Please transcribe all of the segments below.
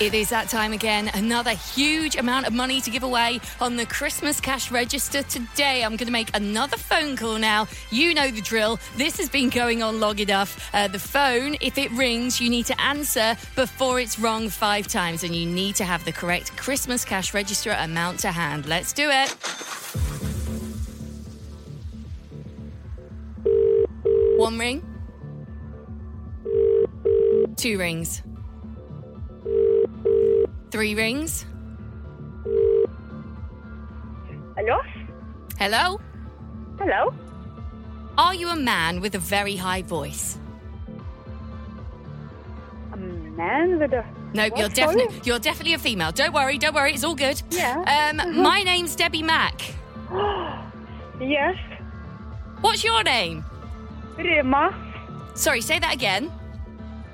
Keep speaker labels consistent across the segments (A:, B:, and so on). A: It is that time again. Another huge amount of money to give away on the Christmas cash register today. I'm going to make another phone call now. You know the drill. This has been going on long enough. Uh, the phone, if it rings, you need to answer before it's rung five times, and you need to have the correct Christmas cash register amount to hand. Let's do it. One ring. Two rings. Three rings.
B: Hello?
A: Hello?
B: Hello?
A: Are you a man with a very high voice?
B: A man with a.
A: Nope,
B: What?
A: you're
B: Sorry?
A: definitely you're definitely a female. Don't worry, don't worry, it's all good.
B: Yeah. Mm-hmm.
A: Um, my name's Debbie Mack.
B: Yes.
A: What's your name?
B: Rima.
A: Sorry, say that again.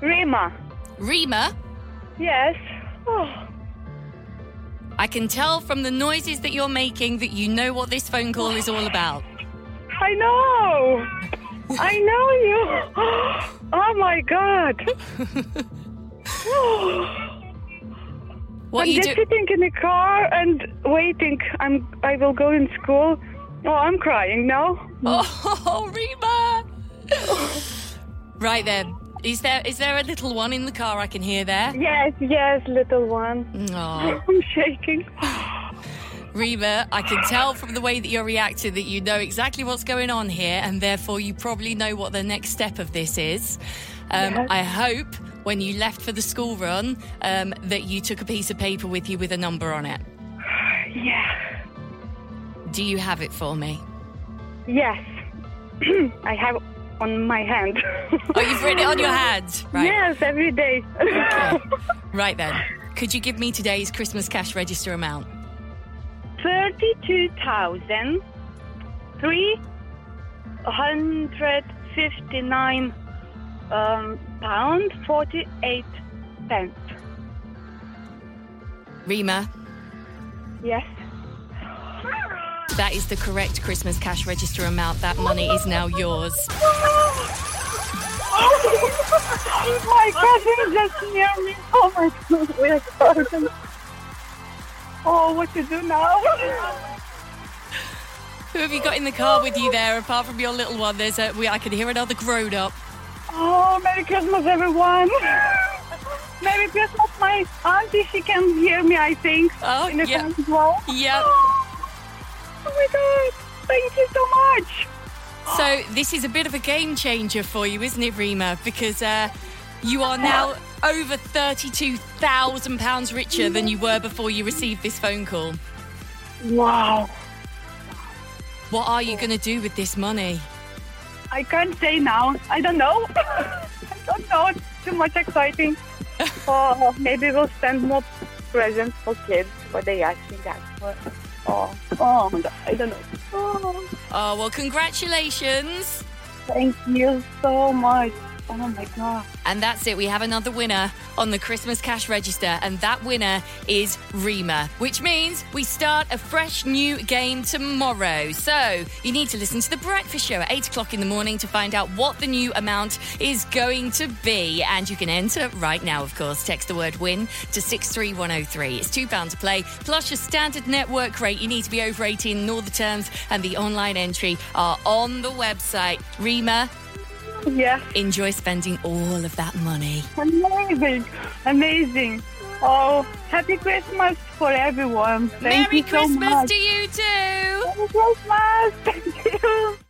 B: Rima.
A: Rima.
B: Yes. Oh,
A: I can tell from the noises that you're making that you know what this phone call is all about.
B: I know. I know you. Oh my god.
A: What
B: I'm
A: you
B: just
A: do?
B: sitting in the car and waiting. I'm. I will go in school. Oh, I'm crying now.
A: Oh, Rima. right then. Is there is there a little one in the car I can hear there?
B: Yes, yes, little one.
A: Oh.
B: I'm shaking.
A: Rima, I can tell from the way that you're reacting that you know exactly what's going on here, and therefore you probably know what the next step of this is. Um,
B: Yes.
A: I hope when you left for the school run um, that you took a piece of paper with you with a number on it.
B: Yeah.
A: Do you have it for me?
B: Yes. I have on my hand.
A: Oh, you've written it on your hand, right?
B: Yes, every day.
A: Right then, could you give me today's Christmas cash register amount?
B: 32,359 um, pound 48 pence.
A: Rima,
B: Yes.
A: that is the correct Christmas cash register amount. That money is now yours.
B: my cousin just near me. Oh my god, we are cousin. Oh, what to do now?
A: Who have you got in the car with you there, apart from your little one? There's a, we, I can hear another grown up.
B: Oh, Merry Christmas, everyone. Merry Christmas, my auntie. She can hear me, I think.
A: Oh,
B: in the
A: yeah.
B: front as well.
A: Yep.
B: Oh my god! Thank you so much.
A: So this is a bit of a game changer for you, isn't it, Rima? Because uh, you are now over thirty-two thousand pounds richer than you were before you received this phone call.
B: Wow.
A: What are you going to do with this money?
B: I can't say now. I don't know. I don't know. It's too much exciting. oh, maybe we'll send more presents for kids. What they actually got for. Oh, oh, my God, I don't know. Oh,
A: Oh well, congratulations!
B: thank you so much. Oh my god.
A: And that's it. We have another winner on the Christmas cash register, and that winner is Rima, which means we start a fresh new game tomorrow. So you need to listen to the breakfast show at eight o'clock in the morning to find out what the new amount is going to be. And you can enter right now, of course. Text the word win to 63103. It's £2 to play, plus your standard network rate. You need to be over 18 in all the terms, and the online entry are on the website. Rima,
B: Yes.
A: enjoy spending all of that money.
B: Amazing. Amazing. Oh, happy Christmas for everyone. Thank
A: Merry
B: you so
A: Christmas
B: much.
A: to you too.
B: Merry Christmas. Thank you.